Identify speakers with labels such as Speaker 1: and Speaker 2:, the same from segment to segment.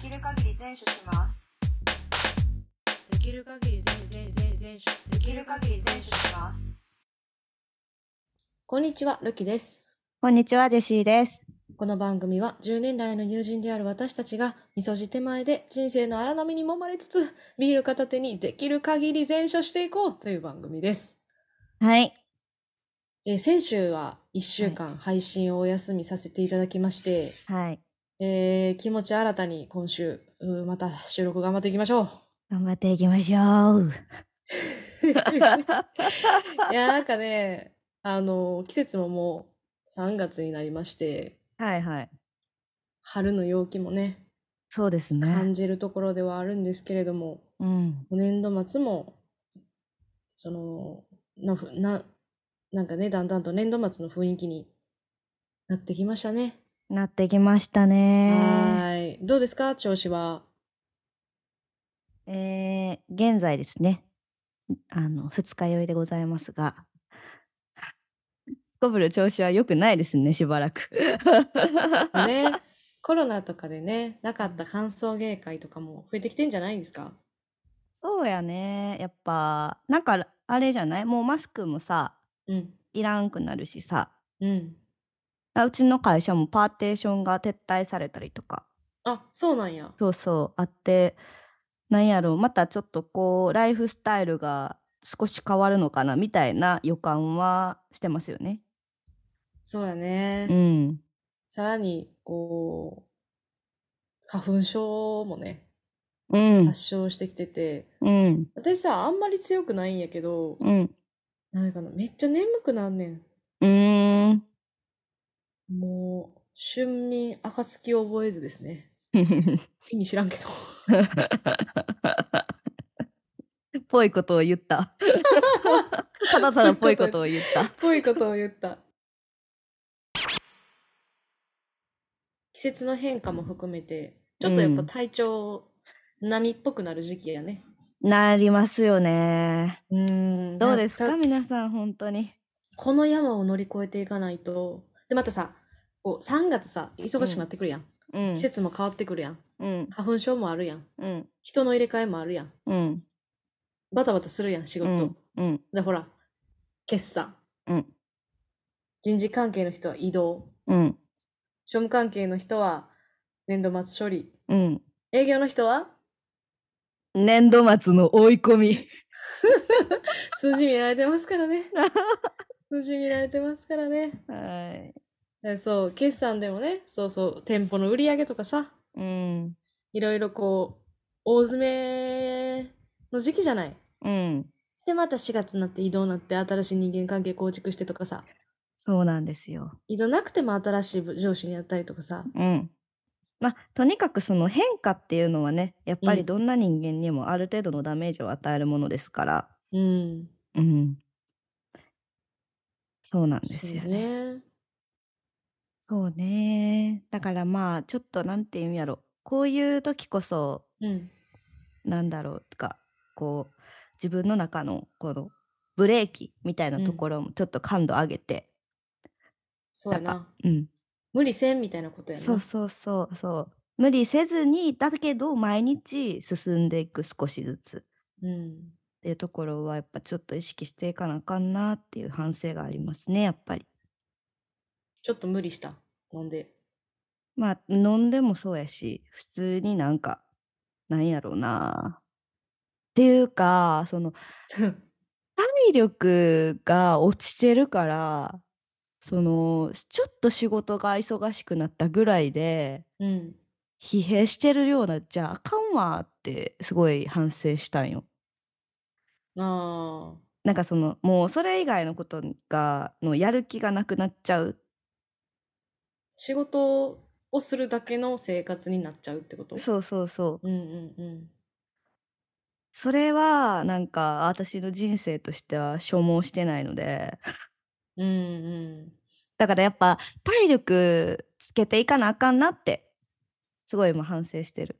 Speaker 1: 全処します
Speaker 2: できる限り全全全全処で
Speaker 1: できる限り全処します
Speaker 2: こんにちはルキです
Speaker 3: こんにちは、ジェシーです。
Speaker 2: この番組は10年来の友人である私たちがみそじ手前で人生の荒波に揉まれつつビール片手にできる限り全処していこうという番組です
Speaker 3: はい。
Speaker 2: えー先週は1週間配信をお休みさせていただきまして、
Speaker 3: はい。
Speaker 2: えー気持ち新たに今週うーまた収録頑張っていきましょう
Speaker 3: 頑張っていきましょう。
Speaker 2: いやなんかねあの季節ももう3月になりまして
Speaker 3: はいはい。
Speaker 2: 春の陽気もね
Speaker 3: そうです
Speaker 2: 感
Speaker 3: ね。
Speaker 2: じるところではあるんですけれども、
Speaker 3: うん。
Speaker 2: 年度末もそのなふななんかねだんだんと年度末の雰囲気になってきましたね。
Speaker 3: なってきました
Speaker 2: は
Speaker 3: ね。
Speaker 2: ーいどうですか調子 は。
Speaker 3: えー、現在ですね。あの、二日酔いでございますが。すこぶる調子は良くないですね、しばらく。
Speaker 2: ねコロナとかでねなかった歓送迎会とかも増えてきてんじゃないですか
Speaker 3: そうやね。やっぱ、なんか、あれじゃないもうマスクもさ、
Speaker 2: うん
Speaker 3: いらんくなるしさ。
Speaker 2: うん。
Speaker 3: あうちの会社もパーテーションが撤退されたりとか。
Speaker 2: あそうなんや。
Speaker 3: そうそうあってなんやろうまたちょっとこうライフスタイルが少し変わるのかなみたいな予感はしてますよね。
Speaker 2: そうやね。
Speaker 3: うん、
Speaker 2: さらにこう花粉症もね
Speaker 3: うん、
Speaker 2: 発症してきてて、
Speaker 3: うん、
Speaker 2: 私さあんまり強くないんやけど、
Speaker 3: うん、
Speaker 2: なんかなめっちゃ眠くなんね
Speaker 3: うーん。
Speaker 2: んもう春眠暁を覚えずですね意味知らんけ ど
Speaker 3: ぽいことを言った。 ただただぽいことを言った。
Speaker 2: ぽいことを言った季節の変化も含めてちょっとやっぱ
Speaker 3: うん
Speaker 2: 体調波っぽくなる時期やね
Speaker 3: なりますよね。
Speaker 2: うん
Speaker 3: どうですか
Speaker 2: なん
Speaker 3: 皆さん本当に。
Speaker 2: この山を乗り越えていかないとでまたさこう3月さ忙しくなってくるやん、
Speaker 3: うん
Speaker 2: 季節も変わってくるやん
Speaker 3: うん
Speaker 2: 花粉症もあるやん
Speaker 3: うん
Speaker 2: 人の入れ替えもあるやん
Speaker 3: うん
Speaker 2: バタバタするやん仕
Speaker 3: う
Speaker 2: 事、
Speaker 3: んうん
Speaker 2: でほら決算
Speaker 3: うん
Speaker 2: 人事関係の人は移動
Speaker 3: うん
Speaker 2: 庶務関係の人は年度末処理
Speaker 3: うん。
Speaker 2: 営業の人は
Speaker 3: 年度末の追い込み。
Speaker 2: 数字見られてますからね数字見られてますからね
Speaker 3: はい。
Speaker 2: えそう決算でもねそうそう店舗の売り上げとかさ
Speaker 3: うん。
Speaker 2: いろいろこう大詰めの時期じゃない
Speaker 3: うん。
Speaker 2: でまた4月になって移動になって新しい人間関係構築してとかさ
Speaker 3: そうなんですよ。
Speaker 2: 移動なくても新しい部上司にやったりとかさ
Speaker 3: うん。まあ、とにかくその変化っていうのはね、やっぱ
Speaker 2: う
Speaker 3: り
Speaker 2: ん
Speaker 3: どんな人間にもある程度のダメージを与えるものですから。
Speaker 2: うん
Speaker 3: うん。そうなんで
Speaker 2: そう
Speaker 3: すよね。そうね。だからまあ、ちょっとなんていうんやろ。こういう時こそ、
Speaker 2: うん
Speaker 3: なんだろうとか、こう、自分の中のこのブレーキみたいなところもちょっと感度上げて、
Speaker 2: そうや
Speaker 3: な
Speaker 2: な
Speaker 3: うん、
Speaker 2: 無理せんみたいなことやな
Speaker 3: そうそうそうそう無理せずにだけど毎日進んでいく少しずつっ
Speaker 2: うん
Speaker 3: ていうところはやっぱちょっと意識していかなあかんなっていう反省がありますねやっぱり
Speaker 2: ちょっと無理した飲ん で
Speaker 3: まあ飲んでもそうやし普通になんかなんやろうなっていうかその体力が落ちてるからそのちょっと仕事が忙しくなったぐらいで
Speaker 2: うん
Speaker 3: 疲弊してるようなじゃああかんわってすごい反省したんよ。
Speaker 2: ああ
Speaker 3: なんかそのもうそれ以外のことがのやる気がなくなっちゃう
Speaker 2: 仕事をするだけの生活になっちゃうってこと
Speaker 3: そうそうそう
Speaker 2: うんうんうん
Speaker 3: それはなんか私の人生としては消耗してないので
Speaker 2: うんうん
Speaker 3: だからやっぱ体力つけていかなあかんなってすごい今反省してる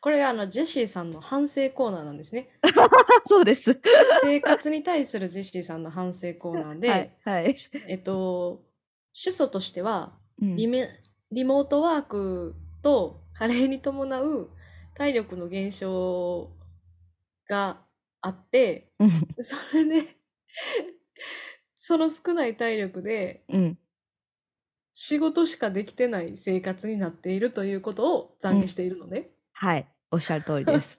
Speaker 2: これがあのジェシーさんの反省コーナーなんですね
Speaker 3: そうです
Speaker 2: 生活に対するジェシーさんの反省コーナーで、
Speaker 3: はいはい、
Speaker 2: えっと主訴としては
Speaker 3: うん
Speaker 2: リメリモートワークと加齢に伴う体力の減少があって
Speaker 3: うん
Speaker 2: それでその少ない体力で
Speaker 3: うん
Speaker 2: 仕事しかできてない生活になっているということを懺悔しているのね。
Speaker 3: はいおっしゃる通りです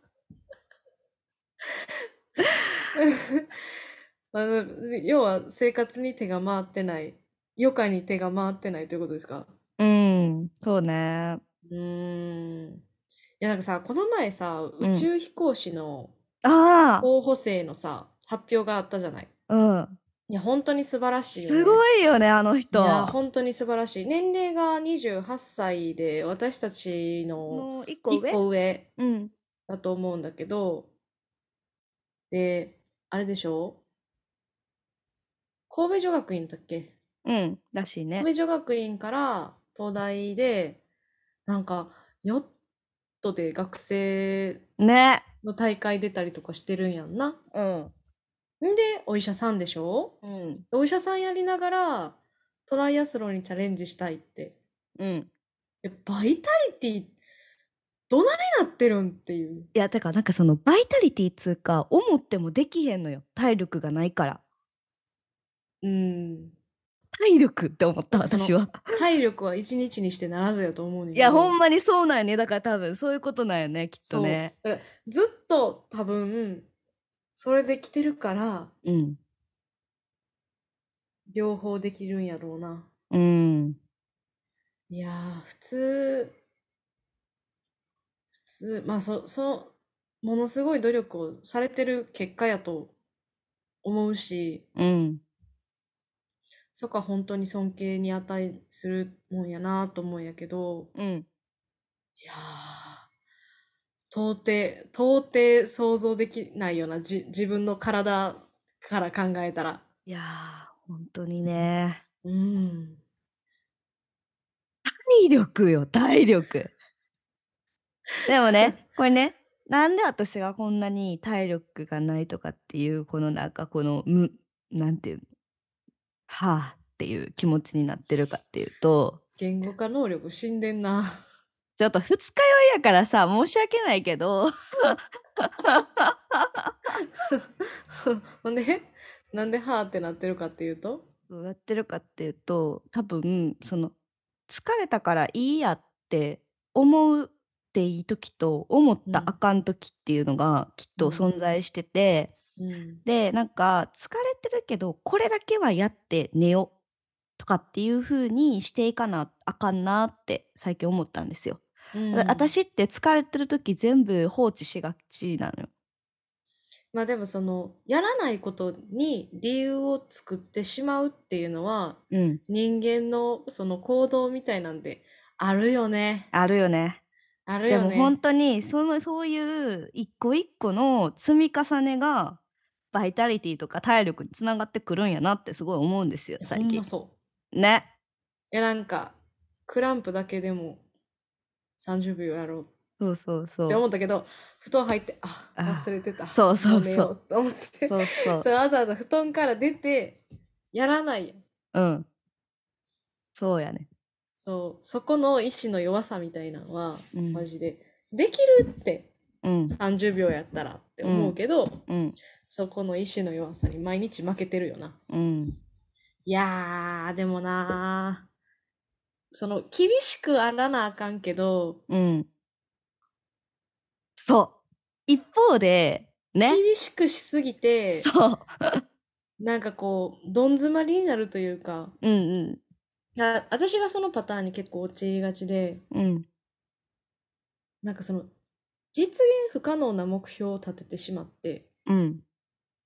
Speaker 2: あの要は生活に手が回ってない余暇に手が回ってないということですか
Speaker 3: うんそうね
Speaker 2: うーんいやなんかさこの前さ
Speaker 3: ん
Speaker 2: 宇宙飛行士の
Speaker 3: ああ
Speaker 2: 候補生のさ、発表があったじゃない
Speaker 3: うん
Speaker 2: いや本当に素晴らしいよ、ね、
Speaker 3: すごいよねあの
Speaker 2: い
Speaker 3: 人
Speaker 2: や本当に素晴らしい年齢が28歳で私たちの
Speaker 3: もう一個上
Speaker 2: 1個上
Speaker 3: うん
Speaker 2: だと思うんだけどであれでしょ神戸女学院だっけ
Speaker 3: うんらしいね
Speaker 2: 神戸女学院から東大でなんかヨットで学生
Speaker 3: ね
Speaker 2: の大会出たりとかしてるんやんな。
Speaker 3: うん
Speaker 2: んでお医者さんでしょ
Speaker 3: うん
Speaker 2: お医者さんやりながらトライアスロンにチャレンジしたいって。
Speaker 3: うん
Speaker 2: えバイタリティどないなってるんっていう。
Speaker 3: いやだからなんかそのバイタリティつうか思ってもできへんのよ体力がないから
Speaker 2: うん。
Speaker 3: 体力って思った
Speaker 2: なんかその
Speaker 3: 私は
Speaker 2: 体力は一日にしてならずやと思うねん
Speaker 3: いやほん
Speaker 2: ま
Speaker 3: まにそうなんよねだから多分そういうことなんよねきっとね
Speaker 2: だからずっと多分それで来てるから
Speaker 3: うん
Speaker 2: 両方できるんやろうな。
Speaker 3: うん
Speaker 2: いやー、普通、普通、まあ、そ、そ、ものすごい努力をされてる結果やと思うし、
Speaker 3: うん
Speaker 2: そこは本当に尊敬に値するもんやなと思うんやけど、
Speaker 3: うん
Speaker 2: いやー、到底、到底想像できないような、じ、自分の体から考えたら。
Speaker 3: いやー本当にね
Speaker 2: うん。
Speaker 3: 体力よ 体力でもねこれねなんで私がこんなに体力がないとかっていうこのなんかこのむなんていうのはあっていう気持ちになってるかっていうと
Speaker 2: 言語化能力死んでんな。
Speaker 3: ちょっと二日酔いやからさ申し訳ないけど
Speaker 2: ほんで、なんではーってなってるかっていうと、
Speaker 3: どうやってるかっていうと多分その疲れたからいいやって思うっていい時と思っ
Speaker 2: う
Speaker 3: た
Speaker 2: ん
Speaker 3: あかん時っていうのがきっと
Speaker 2: うん
Speaker 3: 存在してて、
Speaker 2: うん。
Speaker 3: でなんか疲れてるけどこれだけはやって寝ようとかっていう風にしていかなあかんなって最近思ったんですよ。
Speaker 2: うん
Speaker 3: だ私って疲れてる時全部放置しがちなのよ。
Speaker 2: まあでもそのやらないことに理由を作ってしまうっていうのは
Speaker 3: うん、
Speaker 2: 人間のその行動みたいなんであるよね
Speaker 3: あるよね。
Speaker 2: ある
Speaker 3: で
Speaker 2: よ
Speaker 3: も
Speaker 2: ね
Speaker 3: 本当にそのそういう一個一個の積み重ねがバイタリティとか体力につながってくるんやなってすごい思うんですよ
Speaker 2: いや
Speaker 3: 最
Speaker 2: ほん
Speaker 3: 近
Speaker 2: ま。そう
Speaker 3: ね。
Speaker 2: いやなんかクランプだけでも30秒やろう
Speaker 3: そうそうそ
Speaker 2: って思
Speaker 3: う。
Speaker 2: ったけど布団入ってあ
Speaker 3: あー
Speaker 2: 忘れてた
Speaker 3: そうそうそう
Speaker 2: も寝よと思って
Speaker 3: そう そう
Speaker 2: そ。れわざわざ布団から出てやらないやん
Speaker 3: うん。そうやね。
Speaker 2: そうそこの意志の弱さみたいなのは
Speaker 3: うん。
Speaker 2: マジでできるって
Speaker 3: うん。
Speaker 2: 30秒やったらって思うけど、
Speaker 3: うん。
Speaker 2: そこの意志の弱さに毎日負けてるよな。
Speaker 3: うん。
Speaker 2: いやー、でもなー、その、厳しくあらなあかんけど、
Speaker 3: うん。そう。一方で、ね。
Speaker 2: 厳しくしすぎて、
Speaker 3: そう。
Speaker 2: なんかこう、どん詰まりになるというか、
Speaker 3: うん
Speaker 2: あ私がそのパターンに結構陥りがちで、
Speaker 3: うん。うん。
Speaker 2: なんかその、実現不可能な目標を立ててしまって、
Speaker 3: うん。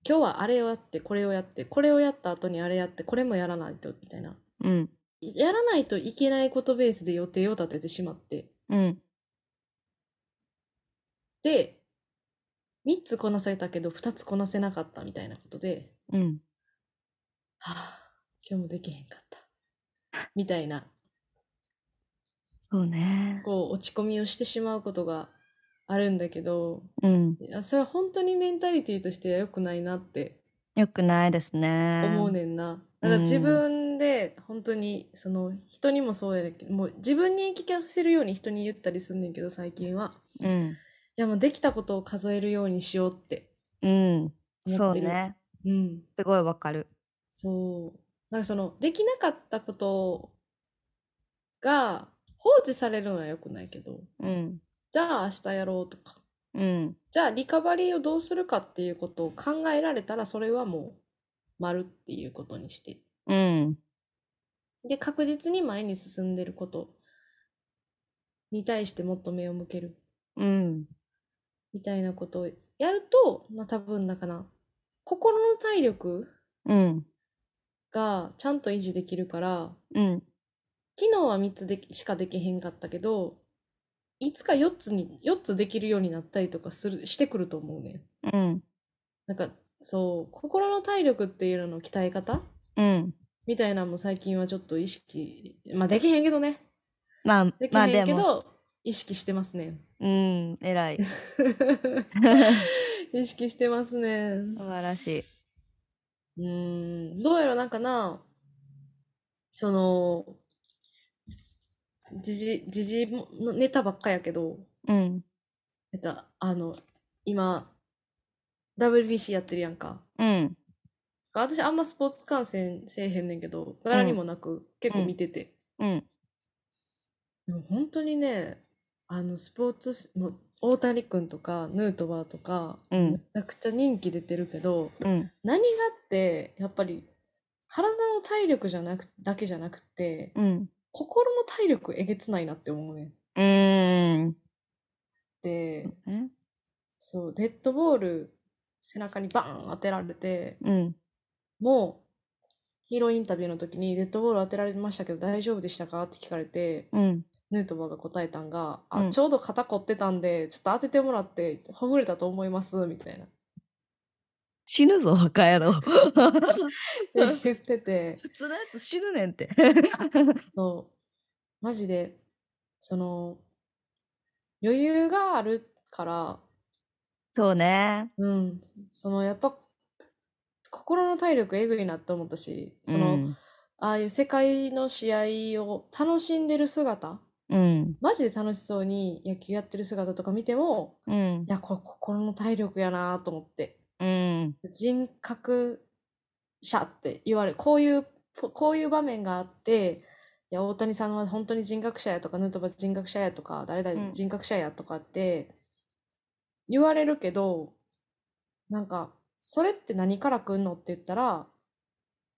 Speaker 2: 今日はあれをやって、これをやって、これをやった後にあれやって、これもやらないと、みたいな。
Speaker 3: うん。
Speaker 2: やらないといけないことベースで予定を立ててしまって、
Speaker 3: うん。
Speaker 2: で3つこなせたけど2つこなせなかったみたいなことで、
Speaker 3: うん。
Speaker 2: はあ、今日もできへんかったみたいな
Speaker 3: そうね。
Speaker 2: こう落ち込みをしてしまうことがあるんだけど
Speaker 3: うん。
Speaker 2: いやそれは本当にメンタリティとしては良くないなって
Speaker 3: よくないですね。
Speaker 2: 思うねんな、だから自
Speaker 3: うん
Speaker 2: 分で本当にその人にもそうやけどもう自分に聞かせるように人に言ったりすんねんけど最近は
Speaker 3: うん。
Speaker 2: いやもうできたことを数えるようにしようって
Speaker 3: うん。
Speaker 2: 思
Speaker 3: そ
Speaker 2: っ
Speaker 3: う
Speaker 2: てる
Speaker 3: ね。
Speaker 2: うん
Speaker 3: すごいわかる。
Speaker 2: そうなんかそのできなかったことが放置されるのは良くないけど
Speaker 3: うん。
Speaker 2: じゃあ明日やろうとか
Speaker 3: うん。
Speaker 2: じゃあリカバリーをどうするかっていうことを考えられたらそれはもう丸っていうことにして
Speaker 3: うん。
Speaker 2: で確実に前に進んでることに対してもっと目を向ける
Speaker 3: うん。
Speaker 2: みたいなことをやると、まあ、多分だから心の体力
Speaker 3: うん。
Speaker 2: がちゃんと維持できるから
Speaker 3: うん。
Speaker 2: 昨日は3つできしかできへんかったけどいつか4つに4つできるようになったりとかするしてくると思うね
Speaker 3: うん。
Speaker 2: なんかそう心の体力っていうのの鍛え方
Speaker 3: うん。
Speaker 2: みたいなのも最近はちょっと意識まあできへんけどね
Speaker 3: まあ
Speaker 2: で、き
Speaker 3: まあ
Speaker 2: へ
Speaker 3: で
Speaker 2: んけど、
Speaker 3: も、
Speaker 2: 意識してますね
Speaker 3: うん、偉い。素
Speaker 2: 意識してますね
Speaker 3: 晴らしい。
Speaker 2: うーんどうやらなんかなその時事時事のネタばっかやけど
Speaker 3: うん。
Speaker 2: えっと、あの、今、WBC やってるやんか。
Speaker 3: うん。
Speaker 2: 私、あんまスポーツ観戦せえへんねんけど、柄にもなく、結構見てて。
Speaker 3: うん。
Speaker 2: でも本当にね、あの、スポーツし、もう大谷君とか、ヌートバーとか、
Speaker 3: うん
Speaker 2: めちゃくちゃ人気出てるけど、
Speaker 3: うん。
Speaker 2: 何がって、やっぱり、体の体力じゃなくだけじゃなくて、
Speaker 3: うん。
Speaker 2: 心の体力えげつないなって思うねん。
Speaker 3: うん。
Speaker 2: で、
Speaker 3: え
Speaker 2: そう、デッドボール、背中にバーン当てられて、
Speaker 3: うん。
Speaker 2: もうヒーローインタビューの時にデッドボール当てられましたけど大丈夫でしたかって聞かれて
Speaker 3: うん。
Speaker 2: ヌートバーが答えたんが、あ
Speaker 3: うん
Speaker 2: ちょうど肩凝ってたんでちょっと当ててもらってほぐれたと思いますみたい な
Speaker 3: 死ぬぞ、若 野郎。
Speaker 2: 言ってて
Speaker 3: 普通のやつ死ぬねんって。
Speaker 2: そうマジでその余裕があるから、
Speaker 3: そうね。
Speaker 2: うん、そのやっぱ心の体力えぐいなって思ったしその、
Speaker 3: うん
Speaker 2: ああいう世界の試合を楽しんでる姿
Speaker 3: うん。
Speaker 2: マジで楽しそうに野球やってる姿とか見ても
Speaker 3: う
Speaker 2: い。
Speaker 3: ん
Speaker 2: やこれ心の体力やなと思って
Speaker 3: うん。
Speaker 2: 人格者って言われるこういうこういう場面があっていや大谷さんは本当に人格者やとかヌートバー人格者やとか誰
Speaker 3: う
Speaker 2: 々
Speaker 3: ん
Speaker 2: 人格者やとかって言われるけど、なんかそれって何からくんのって言ったら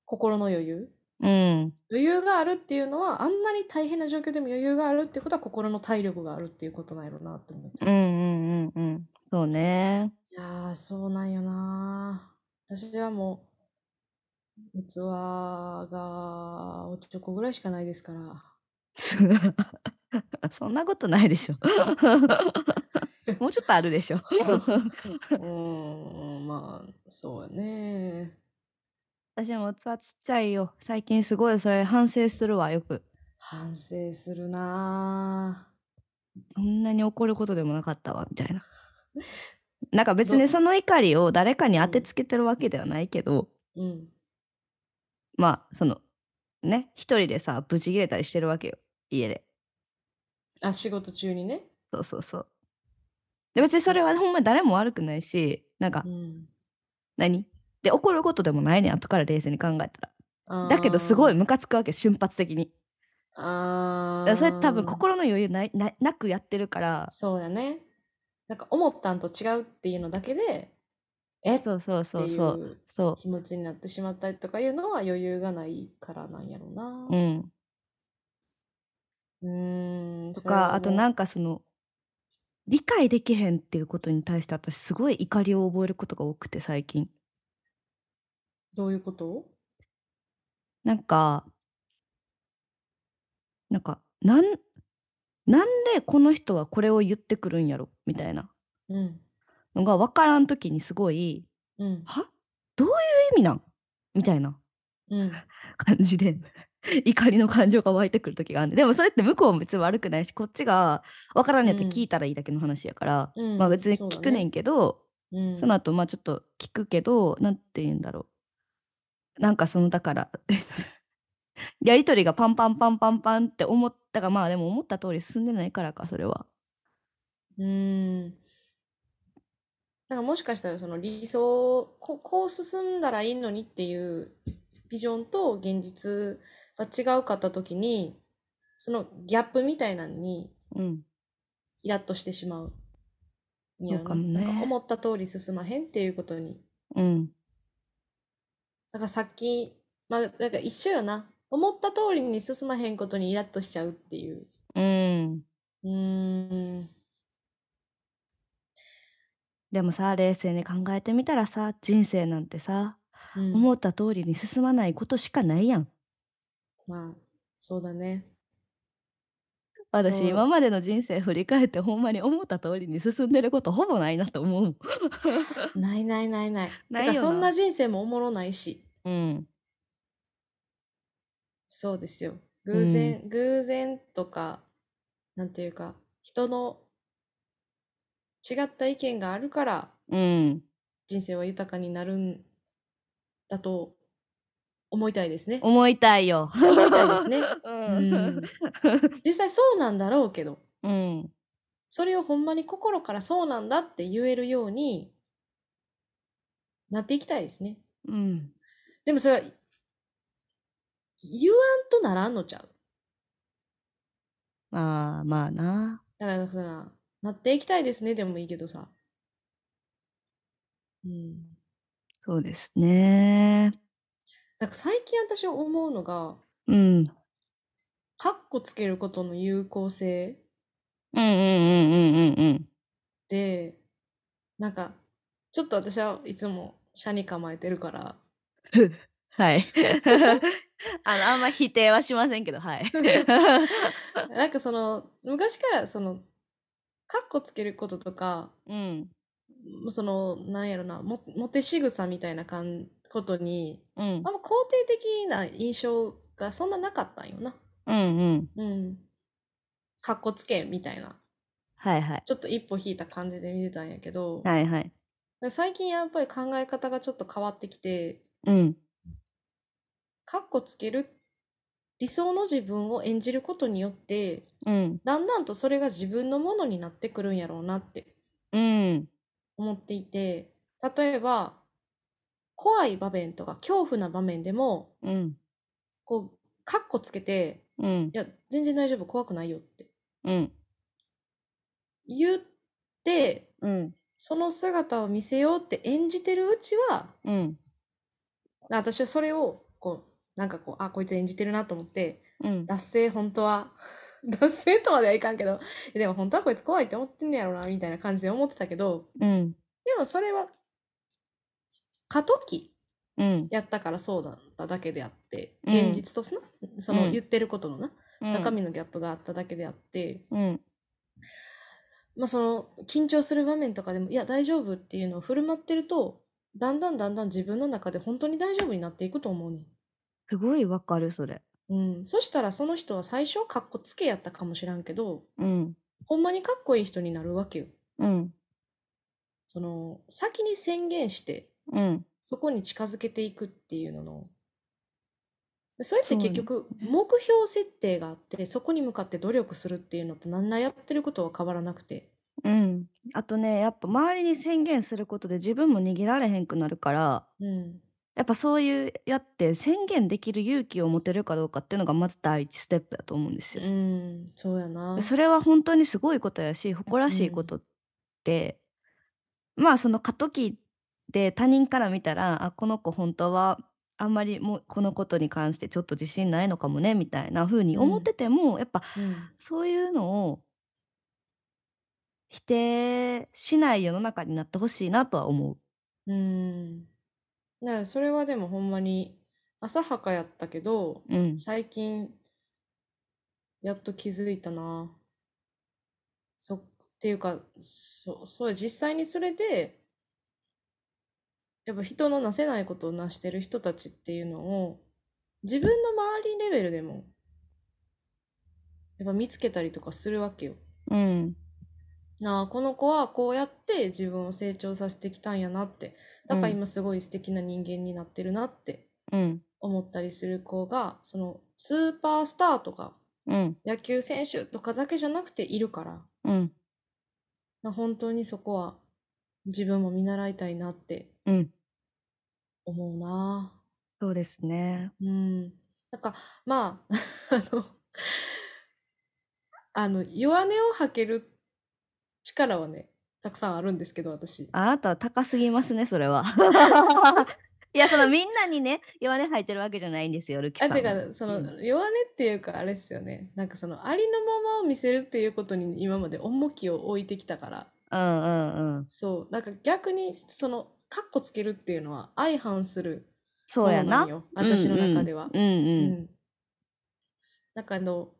Speaker 2: 心の余裕
Speaker 3: うん。
Speaker 2: 余裕があるっていうのはあんなに大変な状況でも余裕があるってことは心の体力があるっていうことなんやろなって思って、
Speaker 3: うんうんうんうん。そうね。
Speaker 2: いやーそうなんよなー私はもう器がおちょこぐらいしかないです から
Speaker 3: そんなことないでしょ。もうちょっとあるでしょ。
Speaker 2: うーんまあそうやね
Speaker 3: 私も器ちっちゃいよ。最近すごいそれ反省するわ、よく。
Speaker 2: 反省するな
Speaker 3: そんなに怒ることでもなかったわ、みたいな。なんか別にその怒りを誰かに当てつけてるわけではないけど、
Speaker 2: ーうん
Speaker 3: まあ、その、ね、一人でさ、ブチ切れたりしてるわけよ、家で。
Speaker 2: あ仕事中にね
Speaker 3: そうそうそう。で、別にそれはほんまに誰も悪くないし、なんか
Speaker 2: う、ん
Speaker 3: 何で、怒ることでもないねん、後から冷静に考えたら。だけどすごいムカつくわけ瞬発的に
Speaker 2: あ
Speaker 3: だ
Speaker 2: ー
Speaker 3: か
Speaker 2: あ
Speaker 3: らそれ多分
Speaker 2: ー
Speaker 3: 心の余裕ないななくやってるから
Speaker 2: そうやね。なんか思ったんと違うっていうのだけで、えっって
Speaker 3: そうそうそう
Speaker 2: い
Speaker 3: そう
Speaker 2: う
Speaker 3: そ
Speaker 2: 気持ちになってしまったりとかいうのは余裕がないからなんやろうな
Speaker 3: うう。ん
Speaker 2: うーん。
Speaker 3: とかあとなんんかその理解できへんっていうことに対して私すごい怒りを覚えることが多くて最近
Speaker 2: どういうこと
Speaker 3: なんかなんかなんなんでこの人はこれを言ってくるんやろみたいな
Speaker 2: うん。
Speaker 3: のが分からん時にすごい
Speaker 2: うん。
Speaker 3: はどういう意味なんみたいな
Speaker 2: うん。
Speaker 3: 感じで 怒りの感情が湧いてくる時があるんででもそれって向こうも別に悪くないしこっちが分からんやって
Speaker 2: うん
Speaker 3: 聞いたらいいだけの話やから、
Speaker 2: うん
Speaker 3: まあ別に聞くねんけど
Speaker 2: うん。
Speaker 3: その後まあちょっと聞くけどなんて言うんだろなんかそのだから やりとりがパンパンパンパンパンって思ったがまあでも思った通り進んでないからかそれは。
Speaker 2: うーん。なんかもしかしたらその理想こ、こう進んだらいいのにっていうビジョンと現実が違うかった時に、そのギャップみたいなのに
Speaker 3: うん、
Speaker 2: イラッとしてしまう。いや
Speaker 3: そうかもね
Speaker 2: なんか思った通り進まへんっていうことに。
Speaker 3: うん、
Speaker 2: だからさっき、まあ、なんか一緒よな。思った通りに進まへんことにイラッとしちゃうっていう。
Speaker 3: うん。
Speaker 2: うーん。
Speaker 3: でもさ冷静に考えてみたらさ人生なんてさ、
Speaker 2: うん
Speaker 3: 思った通りに進まないことしかないやん。
Speaker 2: まあ、そうだね。そう
Speaker 3: 私今までの人生振り返ってほんまに思った通りに進んでることほぼないなと思うもん。
Speaker 2: ないないないない。
Speaker 3: ない
Speaker 2: て
Speaker 3: よ
Speaker 2: か
Speaker 3: な
Speaker 2: そんな人生もおもろないし。
Speaker 3: うん、
Speaker 2: そうですよ。偶然、偶然とか、なんていうか、人の違った意見があるから
Speaker 3: うん、
Speaker 2: 人生は豊かになるんだと思いたいです ね。
Speaker 3: 思いたいよ。
Speaker 2: 思いたいですね。
Speaker 3: う
Speaker 2: うん
Speaker 3: ん、
Speaker 2: 実際そうなんだろうけど、
Speaker 3: うん、
Speaker 2: それをほんまに心からそうなんだって言えるようになっていきたいですね。
Speaker 3: うん、
Speaker 2: でもそれは、言わんとならんのちゃう。
Speaker 3: まあまあな。
Speaker 2: だからさ、なっていきたいですね、でもいいけどさ。うん。
Speaker 3: そうですね。
Speaker 2: なんか最近私思うのが、
Speaker 3: うん、うん
Speaker 2: カッコつけることの有効性
Speaker 3: うんうんうんうんうん。
Speaker 2: で、なんか、ちょっと私はいつも社に構えてる から、
Speaker 3: はい。 あのあんま否定はしませんけど、はい。
Speaker 2: なんかその、昔からその、カッコつけることとか、
Speaker 3: うん、
Speaker 2: その、なんやろな、もモテ仕草みたいなかんことに、
Speaker 3: うん
Speaker 2: あんま肯定的な印象がそんななかったんよな。
Speaker 3: うんうん。
Speaker 2: うん。かっこつけみたいな。
Speaker 3: はいはい。
Speaker 2: ちょっと一歩引いた感じで見てたんやけど、
Speaker 3: はいはい。
Speaker 2: 最近やっぱり考え方がちょっと変わってきて、
Speaker 3: うん。
Speaker 2: かっこつける理想の自分を演じることによって、
Speaker 3: うん。
Speaker 2: だんだんとそれが自分のものになってくるんやろうなって
Speaker 3: うん。
Speaker 2: 思っていて、例えば、怖い場面とか恐怖な場面でも、
Speaker 3: うん。
Speaker 2: こう、かっこつけて、
Speaker 3: うん
Speaker 2: い。や、全然大丈夫、怖くないよって
Speaker 3: うん。
Speaker 2: 言って、
Speaker 3: うん。
Speaker 2: その姿を見せようって演じてるうちは
Speaker 3: うん。
Speaker 2: 私はそれをこうなんかこうあこいつ演じてるなと思って
Speaker 3: うん。
Speaker 2: 脱声本当は脱声とまではいかんけどえでも本当はこいつ怖いって思ってんねやろなみたいな感じで思ってたけど
Speaker 3: うん。
Speaker 2: でもそれは過渡期
Speaker 3: うん。
Speaker 2: やったからそうだっただけであって
Speaker 3: うん
Speaker 2: 現実とその,、そうの
Speaker 3: ん
Speaker 2: 言ってることのな、中
Speaker 3: 中。
Speaker 2: 身のギャップがあっただけであって、
Speaker 3: うん。
Speaker 2: まあ、その緊張する場面とかでも「いや大丈夫」っていうのを振る舞ってるとだんだんだんだん自分の中で本当に大丈夫になっていくと思うねん。
Speaker 3: すごいわかる、それ。
Speaker 2: うん、そしたらその人は最初かっこつけやったかもしらんけど
Speaker 3: うん。
Speaker 2: ほんまにかっこいい人になるわけよ。
Speaker 3: うん。
Speaker 2: その先に宣言して
Speaker 3: うん。
Speaker 2: そこに近づけていくっていうののでそれって結局
Speaker 3: ね
Speaker 2: 目標設定があってそこに向かって努力するっていうのと何らやってることは変わらなくて
Speaker 3: うん。あとね、やっぱ周りに宣言することで自分も逃げられへんくなるから、
Speaker 2: うん
Speaker 3: やっぱそういうやって宣言できる勇気を持てるかどうかっていうのがまず第一ステップだと思うんです
Speaker 2: う
Speaker 3: よ。
Speaker 2: んそうやな
Speaker 3: それは本当にすごいことやし誇らしいことって、まあその過渡期で他人から見たらあこの子本当はあんまりもうこのことに関してちょっと自信ないのかもねみたいな風に思
Speaker 2: う
Speaker 3: っ
Speaker 2: ん
Speaker 3: てても、やっぱ
Speaker 2: うん
Speaker 3: そういうのを否定しない世の中になってほしいなとは思う。
Speaker 2: うんだからそれはでもほんまに浅はかやったけど
Speaker 3: うん、
Speaker 2: 最近やっと気づいたなそっていうかそそう実際にそれでやっぱ人のなせないことをなしてる人たちっていうのを自分の周りレベルでもやっぱ見つけたりとかするわけよ。
Speaker 3: うん、
Speaker 2: なあこの子はこうやって自分を成長させてきたんやなってだから
Speaker 3: うん
Speaker 2: 今すごい素敵な人間になってるなって
Speaker 3: うん
Speaker 2: 思ったりする子がそのスーパースターとか
Speaker 3: うん
Speaker 2: 野球選手とかだけじゃなくているから
Speaker 3: うん
Speaker 2: まあ本当にそこは自分も見習いたいなって
Speaker 3: うん
Speaker 2: 思うな
Speaker 3: そうですね
Speaker 2: うんなんかまああ のあの弱音を吐ける力はねたくさんあるんですけど私
Speaker 3: あなたは高すぎますねそ れは いやそのみんなにね弱音吐いてるわけじゃないんですよルキさ
Speaker 2: あ
Speaker 3: ん
Speaker 2: てか
Speaker 3: は
Speaker 2: そうの
Speaker 3: ん
Speaker 2: 弱音っていうかあれっすよねなんかそのありのままを見せるっていうことに今まで重きを置いてきたから
Speaker 3: うんうんうん
Speaker 2: そうなんか逆にそのカッコつけるっていうのは相反する
Speaker 3: そうや
Speaker 2: ものな
Speaker 3: な
Speaker 2: んよ私の中では。
Speaker 3: うん
Speaker 2: う
Speaker 3: うんうん
Speaker 2: んなんかあの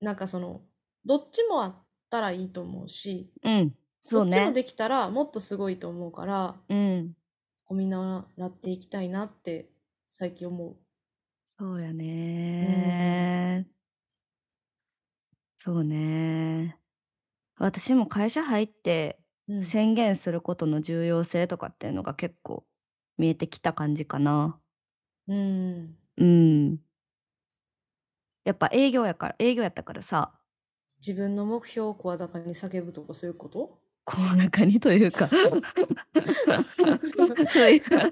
Speaker 2: なんかそのどっちもあったらいいと思うし
Speaker 3: うん、うんそう
Speaker 2: どっちも
Speaker 3: ね
Speaker 2: できたらもっとすごいと思うから
Speaker 3: うん
Speaker 2: こう見習っていきたいなって最近思う。
Speaker 3: そうやね、そうね私も会社入って
Speaker 2: うん
Speaker 3: 宣言することの重要性とかっていうのが結構見えてきた感じかな
Speaker 2: うん
Speaker 3: うんやっぱ営業やから営業やったからさ
Speaker 2: 自分の目標を声高に叫ぶとかそういうこと
Speaker 3: こう中にというか そういうかこ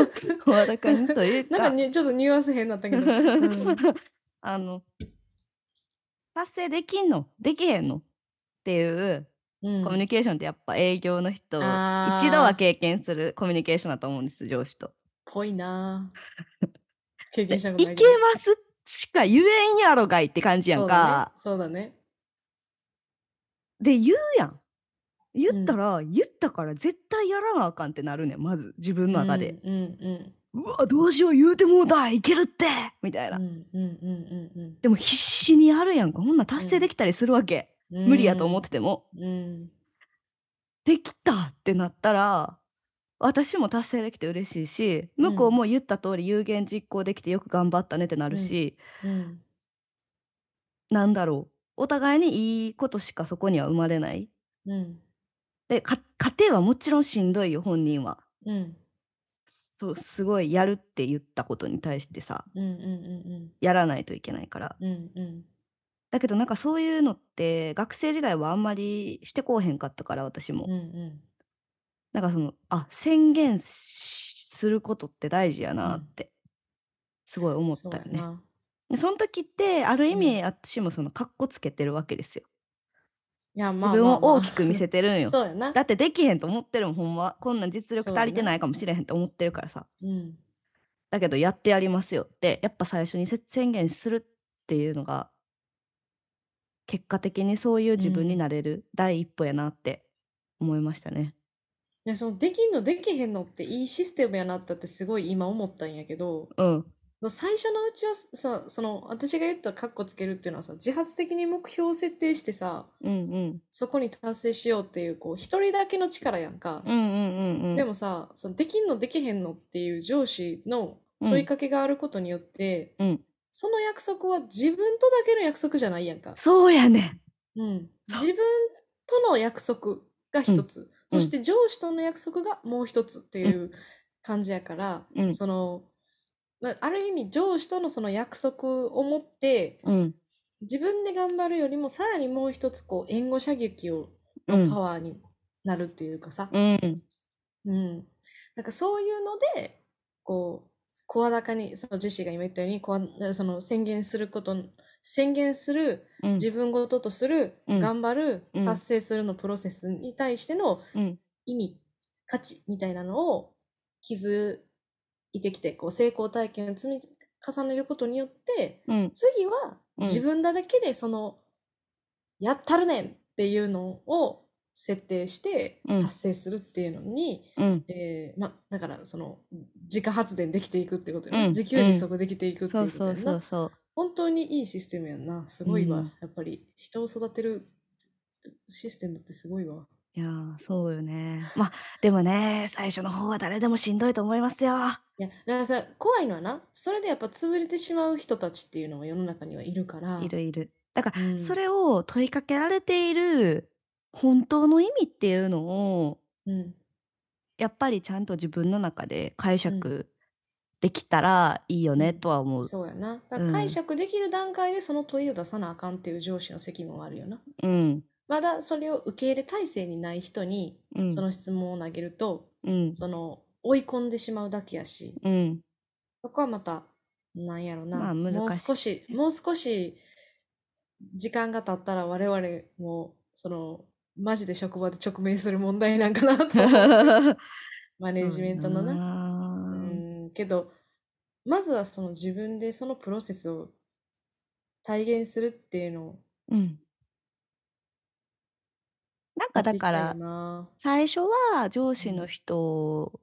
Speaker 3: う声高にというか
Speaker 2: なんかにちょっとニュアンス変だったけ ど、うん
Speaker 3: あの達成できんのできへんのっていう
Speaker 2: うん
Speaker 3: コミュニケーションってやっぱ営業の人、
Speaker 2: あー
Speaker 3: 一度は経験するコミュニケーションだと思うんです上司と。
Speaker 2: ぽい なぁ経験
Speaker 3: でい
Speaker 2: した
Speaker 3: け
Speaker 2: ことないけど
Speaker 3: ますしか言えんやろがいって感じやんか。
Speaker 2: そうだね
Speaker 3: で言うやん。言ったら、言ったから絶対やらなあかんってなるねんまず自分
Speaker 2: そう
Speaker 3: の
Speaker 2: だね
Speaker 3: 中で。
Speaker 2: うんうん
Speaker 3: うわどうしよう言うてもうたいけるってみたい
Speaker 2: うん
Speaker 3: な。
Speaker 2: うんうんうんうん
Speaker 3: でも必死にやるやんかほんなら達成できたりするわけ、
Speaker 2: うん
Speaker 3: 無理やと思ってても。
Speaker 2: うん
Speaker 3: できたってなったら私も達成できて嬉しいし向こうも言った通り有言実行できてよく頑張ったねってなるし、
Speaker 2: うん
Speaker 3: なんだろうお互いにいいことしかそこには生まれない
Speaker 2: うん
Speaker 3: でか家庭はもちろんしんどいよ本人は
Speaker 2: うん
Speaker 3: そうすごいやるって言ったことに対してさ
Speaker 2: うんうんうん
Speaker 3: やらないといけないから
Speaker 2: うんうんうん
Speaker 3: だけどなんかそういうのって学生時代はあんまりしてこうへんかったから私も、
Speaker 2: うんうん
Speaker 3: なんかそのあ宣言しすることって大事やなって、すごい思っ
Speaker 2: そう
Speaker 3: た
Speaker 2: や
Speaker 3: よね。
Speaker 2: な
Speaker 3: でその時ってある意味、
Speaker 2: う
Speaker 3: 私もそのカッコつけてるわけですよ。
Speaker 2: いやま
Speaker 3: 自
Speaker 2: あまあ
Speaker 3: 分
Speaker 2: まあ
Speaker 3: を大きく見せてるん よ。
Speaker 2: そうやな
Speaker 3: だってできへんと思ってるもんほんまこんなん実力
Speaker 2: そうやな
Speaker 3: 足りてないかもしれへんと思ってるからさ
Speaker 2: うん
Speaker 3: だけどやってやりますよってやっぱ最初にせ宣言するっていうのが結果的にそういう自分になれる第一歩やなって思いましたね。
Speaker 2: いやそのできんのできへんのっていいシステムやなったってすごい今思ったんやけど
Speaker 3: うん
Speaker 2: 最初のうちはさその私が言ったカッコつけるっていうのはさ自発的に目標を設定してさ
Speaker 3: うんうん
Speaker 2: そこに達成しようっていうこう一人だけの力やんか、
Speaker 3: うんうんうんうん
Speaker 2: でもさそのできんのできへんのっていう上司の
Speaker 3: うん
Speaker 2: 問いかけがあることによって、
Speaker 3: うん
Speaker 2: その約束は自分とだけの約束じゃないやんか、
Speaker 3: そうやねん
Speaker 2: うん、自分との約束が一つ、そして上司との約束がもう一つっていう感じやから、
Speaker 3: うん
Speaker 2: そのまあある意味上司とのその約束を持って
Speaker 3: うん
Speaker 2: 自分で頑張るよりもさらにもう一つこう援護射撃を
Speaker 3: う
Speaker 2: の
Speaker 3: ん
Speaker 2: パワーになるっていうかさ、
Speaker 3: うん
Speaker 2: うん、なんかそういうのでこう声高にそのジェシーが今言ったようにこわその宣言すること宣言する
Speaker 3: うん
Speaker 2: 自分ごととする、
Speaker 3: うん
Speaker 2: 頑張る、
Speaker 3: うん
Speaker 2: 達成するのプロセスに対しての
Speaker 3: うん
Speaker 2: 意味価値みたいなのを気づいてきてこう成功体験を積み重ねることによって
Speaker 3: うん
Speaker 2: 次は
Speaker 3: うん
Speaker 2: 自分だけでその、やったるねんっていうのを設定して
Speaker 3: うん
Speaker 2: 達成するっていうのに、
Speaker 3: うん
Speaker 2: えーま、だからその自家発電できていくってことよね、
Speaker 3: うん
Speaker 2: 自給自足できていくって
Speaker 3: そ
Speaker 2: いううこと
Speaker 3: そ
Speaker 2: や
Speaker 3: うん
Speaker 2: な
Speaker 3: そうそう
Speaker 2: 本当にいいシステムやんなすごいわ、
Speaker 3: うん
Speaker 2: やっぱり人を育てるシステムってすごいわ
Speaker 3: いやーそうよねまあでもね最初の方は誰でもしんどいと思いますよ
Speaker 2: いやだからさ怖いのはなそれでやっぱ潰れてしまう人たちっていうのも世の中にはいるから
Speaker 3: いるいるだから、
Speaker 2: うん
Speaker 3: それを問いかけられている本当の意味っていうのを
Speaker 2: うん
Speaker 3: やっぱりちゃんと自分の中で解釈できたらいいよねとは思う。
Speaker 2: そうやな。だか
Speaker 3: うん
Speaker 2: ら解釈できる段階でその問いを出さなあかんっていう上司の責務はあるよな。
Speaker 3: うん。
Speaker 2: まだそれを受け入れ体制にない人に
Speaker 3: うん。
Speaker 2: その質問を投げると、
Speaker 3: うん。
Speaker 2: その追い込んでしまうだけやし、
Speaker 3: うん。
Speaker 2: そこはまた、なんやろな、
Speaker 3: まあ難しい
Speaker 2: もう少し、もう少し時間が経ったら我々も、その、マジで職場で直面する問題なんかなと 思うマネジメントの
Speaker 3: そう
Speaker 2: な。う
Speaker 3: な。
Speaker 2: ん、けど、まずはその自分でそのプロセスを体現するっていうのを
Speaker 3: うん。なん
Speaker 2: や
Speaker 3: か
Speaker 2: って
Speaker 3: だ
Speaker 2: いき
Speaker 3: か
Speaker 2: たいよ
Speaker 3: ら、
Speaker 2: な、
Speaker 3: 最初は上司の人、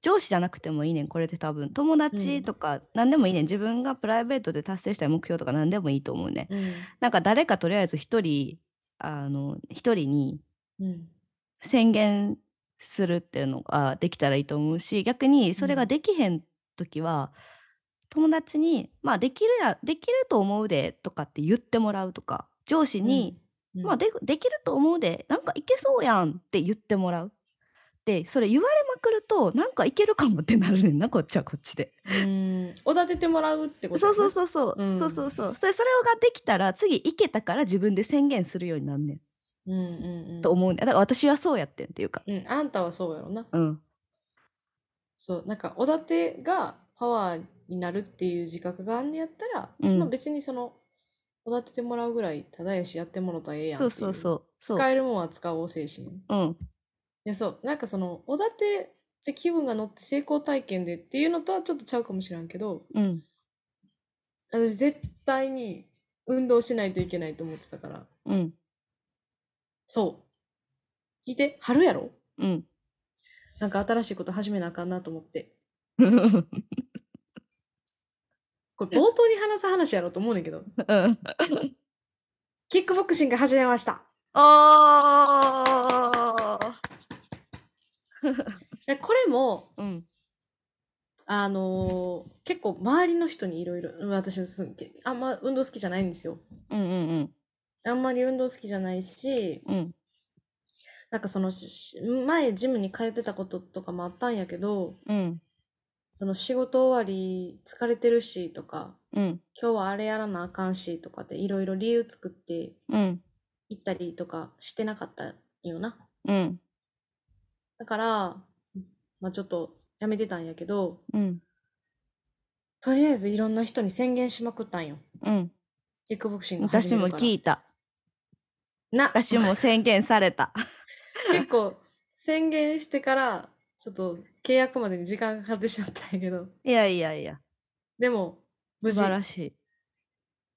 Speaker 3: 上司じゃなくてもいいねんこれで多分友
Speaker 2: う
Speaker 3: 達
Speaker 2: ん
Speaker 3: とか何でもいいねん自分がプライベートで達成したい目標とか何でもいいと思うねん
Speaker 2: うん、
Speaker 3: なんか誰かとりあえず一人あの一人に
Speaker 2: うん、
Speaker 3: 宣言するっていうのができたらいいと思うし逆にそれ
Speaker 2: う
Speaker 3: が
Speaker 2: ん
Speaker 3: できへん時は、友達に「まあできるやできると思うで」とかって言ってもらうとか上司に「
Speaker 2: うん、
Speaker 3: まあ、でできると思うでなんかいけそうやんって言ってもらう。でそれ言われまくるとなんかいけるかもってなるねんな こっちはこっちで。
Speaker 2: うん、おだててもらうってこと
Speaker 3: そ
Speaker 2: や
Speaker 3: う
Speaker 2: な
Speaker 3: そうそうそう、
Speaker 2: うん
Speaker 3: そうそうそうそれそれができたら次いけたから自分で宣言するようになんねん、
Speaker 2: うんうんうん
Speaker 3: と思うねんだから私はそうやってんっていうか。
Speaker 2: うん、あんたはそうやろな。
Speaker 3: うん
Speaker 2: そう、なんか、おだてがパワーになるっていう自覚があんねやったら、
Speaker 3: うん
Speaker 2: まあ別にその、おだててもらうぐらい、ただやしやってもろたらええやん
Speaker 3: そ
Speaker 2: っ
Speaker 3: う
Speaker 2: てい
Speaker 3: そうそうそう
Speaker 2: 使えるもんは使おう精神。い
Speaker 3: うん
Speaker 2: や、そう、なんかその、おだてって気分が乗って成功体験でっていうのとはちょっとちゃうかもしらんけど、
Speaker 3: うん
Speaker 2: 私絶対に運動しないといけないと思ってたから、
Speaker 3: うん
Speaker 2: そう。聞いて、春やろ
Speaker 3: うん
Speaker 2: なんか新しいこと始めなあかんなと思って。
Speaker 3: うん
Speaker 2: これ冒頭に話す話やろうと思うねんけ ど。キックボクシング始めました。
Speaker 3: おー
Speaker 2: でこれも、
Speaker 3: うん
Speaker 2: あのー結構周りの人にいろいろ、うん私もすんけあんま運動好きじゃないんですよ。
Speaker 3: うんうん
Speaker 2: あんまり運動好きじゃないし、
Speaker 3: うんうん
Speaker 2: なんかその、しし前ジムに通ってたこととかもあったんやけど、
Speaker 3: うん
Speaker 2: その仕事終わり疲れてるしとか、
Speaker 3: うん
Speaker 2: 今日はあれやらなあかんしとかでいろいろ理由作って
Speaker 3: うん
Speaker 2: 行ったりとかしてなかったんよな。
Speaker 3: うん
Speaker 2: だから、まあちょっとやめてたんやけど、
Speaker 3: うん
Speaker 2: とりあえずいろんな人に宣言しまくったんよ。
Speaker 3: うん
Speaker 2: キックボクシング
Speaker 3: 私も聞
Speaker 2: い
Speaker 3: いた
Speaker 2: な、
Speaker 3: 私も宣言された
Speaker 2: 結構宣言してから、ちょっと契約までに時間がかかってしまったんやけど、
Speaker 3: いやいやいや
Speaker 2: でも、無
Speaker 3: 素
Speaker 2: 事
Speaker 3: 晴らしい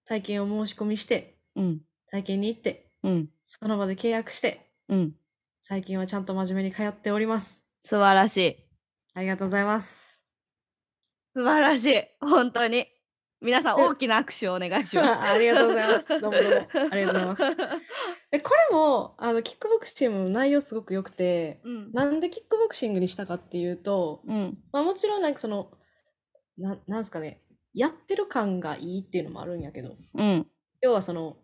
Speaker 2: 体験を申し込みして、
Speaker 3: うん
Speaker 2: 体験に行って、
Speaker 3: うん
Speaker 2: その場で契約して、
Speaker 3: うん
Speaker 2: 最近はちゃんと真面目に通っております。
Speaker 3: 素晴らしい
Speaker 2: ありがとうございます。
Speaker 3: 素晴らしい本当に皆さん
Speaker 2: で
Speaker 3: 大きな拍手をお願いし ます
Speaker 2: あありがとうございます。どうもどうも。ありがとうござ います。
Speaker 3: ます
Speaker 2: で、これも、あの、キックボクシングの内容すごく良くて、
Speaker 3: うん
Speaker 2: なんでキックボクシングにしたかっていうと、
Speaker 3: うん
Speaker 2: まあもちろんなんかその、ななんですかね、やってる感がいいっていうのもあるんやけど、
Speaker 3: うん
Speaker 2: 要はその、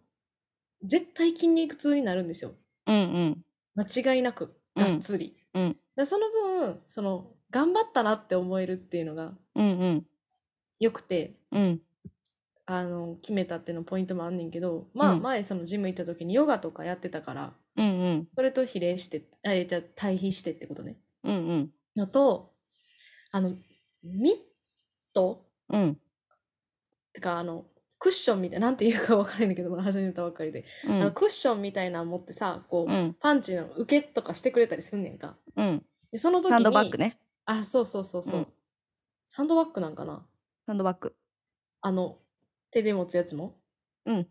Speaker 2: 絶対筋肉痛になるんですよ。
Speaker 3: うん
Speaker 2: 間違いなく、
Speaker 3: うん
Speaker 2: がっつり。
Speaker 3: うん
Speaker 2: でその分、その、頑張ったなって思えるっていうのが
Speaker 3: うんうん
Speaker 2: 良くて、
Speaker 3: うん
Speaker 2: あの、決めたっていうのポイントもあんねんけど、まあ
Speaker 3: うん
Speaker 2: 前そのジム行った時にヨガとかやってたから、
Speaker 3: うんうん
Speaker 2: それと比例して、あ、えじゃあ対比してってことね。
Speaker 3: うんうん
Speaker 2: のと、あの、ミット
Speaker 3: うん
Speaker 2: てかあのクッションみたいななんていうか分からないんだけどまだ始めたばっかりで、
Speaker 3: う
Speaker 2: あの
Speaker 3: ん
Speaker 2: クッションみたいなの持ってさこう、
Speaker 3: うん
Speaker 2: パンチの受けとかしてくれたりすんねんか
Speaker 3: うん
Speaker 2: でその時に
Speaker 3: サンドバッグね
Speaker 2: あそうそうそうそう、
Speaker 3: うん
Speaker 2: サンドバッグなんかな
Speaker 3: サンドバッグ
Speaker 2: あの手で持つやつも
Speaker 3: うん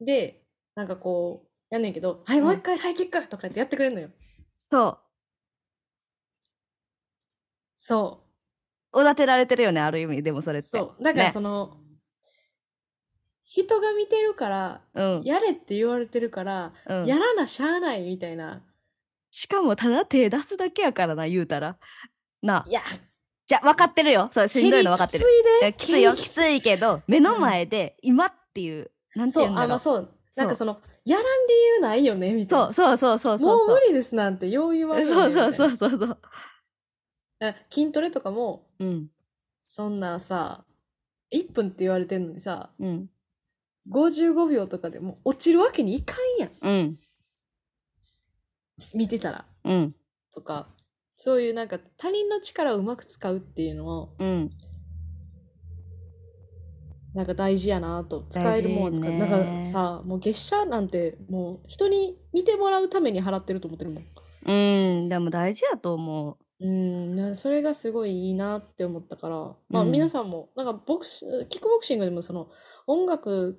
Speaker 2: でなんかこうやんねんけど「はい
Speaker 3: うん
Speaker 2: もう一回、ハイキック!」とかってやってくれんのよ
Speaker 3: そ
Speaker 2: そう
Speaker 3: おだてられてるよねある意味でもそれ
Speaker 2: う
Speaker 3: って
Speaker 2: そうだから
Speaker 3: ね
Speaker 2: その、人が見てるから
Speaker 3: うん
Speaker 2: やれって言われてるから、
Speaker 3: うん
Speaker 2: やらなしゃあないみたいな
Speaker 3: しかもただ手出すだけやからな言うたらない
Speaker 2: や
Speaker 3: じゃ分かってるよそうしんどいの分かってる
Speaker 2: 蹴りきついで
Speaker 3: いやきついよ
Speaker 2: 蹴り
Speaker 3: きついけど目の前で今っていう、なんて
Speaker 2: そ、
Speaker 3: いううん
Speaker 2: あ、
Speaker 3: だろ
Speaker 2: まあ
Speaker 3: う
Speaker 2: そ
Speaker 3: そ
Speaker 2: う。なんかその、やらん理由ないよね、みたいな。
Speaker 3: うそうそうそうそう
Speaker 2: もう
Speaker 3: そう
Speaker 2: 無理ですなんて、よう言わんよね
Speaker 3: そうそう
Speaker 2: みたい
Speaker 3: そ
Speaker 2: な
Speaker 3: うそうそう
Speaker 2: だから筋トレとかも、
Speaker 3: うん
Speaker 2: そんなさ、1分って言われてんのにさ、
Speaker 3: うん。
Speaker 2: 55秒とかでもう落ちるわけにいかんやん。
Speaker 3: うん。
Speaker 2: 見てたら。
Speaker 3: うん。
Speaker 2: とか、そういうなんか他人の力をうまく使うっていうのを、
Speaker 3: うん。
Speaker 2: なんか大事やなと使えるもんは使う、
Speaker 3: 大事
Speaker 2: な
Speaker 3: ね
Speaker 2: んかさもう月謝なんてもう人に見てもらうために払ってると思ってるもん
Speaker 3: うん。でも大事やと思
Speaker 2: うんなそれがすごいいいなって思ったからまあ
Speaker 3: うん
Speaker 2: 皆さんもなんかボクシキックボクシングでもその音楽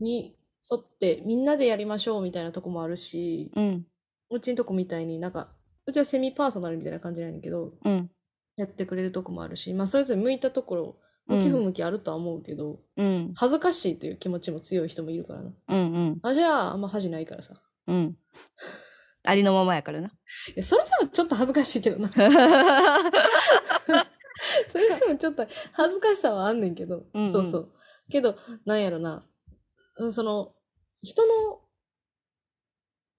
Speaker 2: に沿ってみんなでやりましょうみたいなとこもあるし
Speaker 3: う。うん。
Speaker 2: うちのとこみたいになんかうちはセミパーソナルみたいな感じなんやけど
Speaker 3: うん。
Speaker 2: やってくれるとこもあるしまあそれぞれ向いたところ
Speaker 3: う
Speaker 2: 向
Speaker 3: ん
Speaker 2: き不向きあるとは思うけど、
Speaker 3: うん。
Speaker 2: 恥ずかしいという気持ちも強い人もいるからな
Speaker 3: うん。うん。
Speaker 2: あ、じゃあ、あんま恥ないからさ。
Speaker 3: うん。 ありのままやからな。
Speaker 2: いや、それでもちょっと恥ずかしいけどな。 それでもちょっと恥ずかしさはあんねんけど。
Speaker 3: うんうん
Speaker 2: そうそう。けど、なんやろな。うんその、人の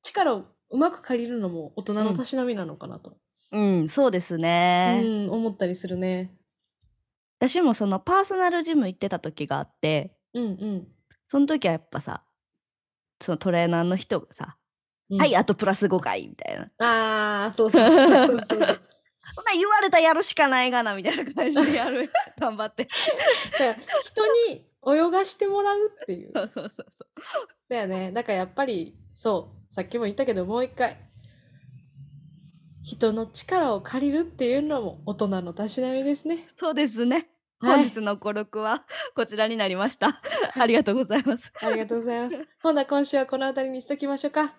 Speaker 2: 力をうまく借りるのも大人のたしなみなのかなと、
Speaker 3: うん。そうです
Speaker 2: う
Speaker 3: ね。
Speaker 2: ん、思ったりするね。
Speaker 3: 私もそのパーソナルジム行ってた時があって、
Speaker 2: うんうん
Speaker 3: その時はやっぱさ、そのトレーナーの人がさ、
Speaker 2: うん。
Speaker 3: はい、あとプラス5回みたいな。
Speaker 2: ああ、そうそうそうそうそう。だか
Speaker 3: そんな言われたやるしかないがなみたいな感じでや る頑張って
Speaker 2: ら人に泳がしてもらうっていう。
Speaker 3: そうそうそうそ
Speaker 2: だよね。だからやっぱり、そう、さっきも言ったけど、もう一回、人の力を借りるっていうのも大人のたしなみですね
Speaker 3: う。そうですね
Speaker 2: はい
Speaker 3: 本日の語録はこちらになりましたありがとうございます
Speaker 2: ありがとうございます。ほな、今週はこの辺りにしときましょうか。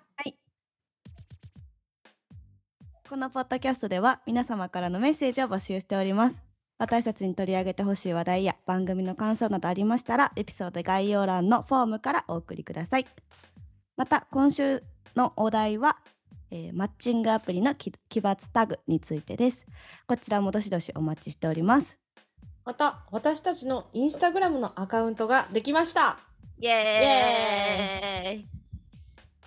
Speaker 3: このポッドキャストでは皆様からのメッセージを募集しております私たちに取り上げてほしい話題や番組の感想などありましたらエピソード概要欄のフォームからお送りくださいまた今週のお題は、えーマッチングアプリのき奇抜タグについてですこちらもどしどしお待ちしております
Speaker 2: また、私たちのインスタグラムのアカウントができました。
Speaker 3: イエーイ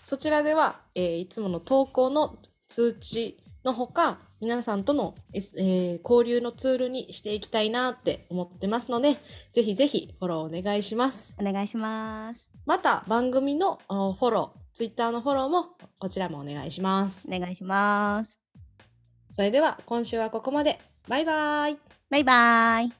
Speaker 2: そちらでは、えーいつもの投稿の通知のほか、皆さんとの、S えー交流のツールにしていきたいなって思ってますので、ぜひぜひフォローお願いします。
Speaker 3: お願いします。
Speaker 2: また番組のあフォロー、ツイッターのフォローもこちらもお願いします。
Speaker 3: お願いします。
Speaker 2: それでは今週はここまで。バイバイ。
Speaker 3: バイバイ。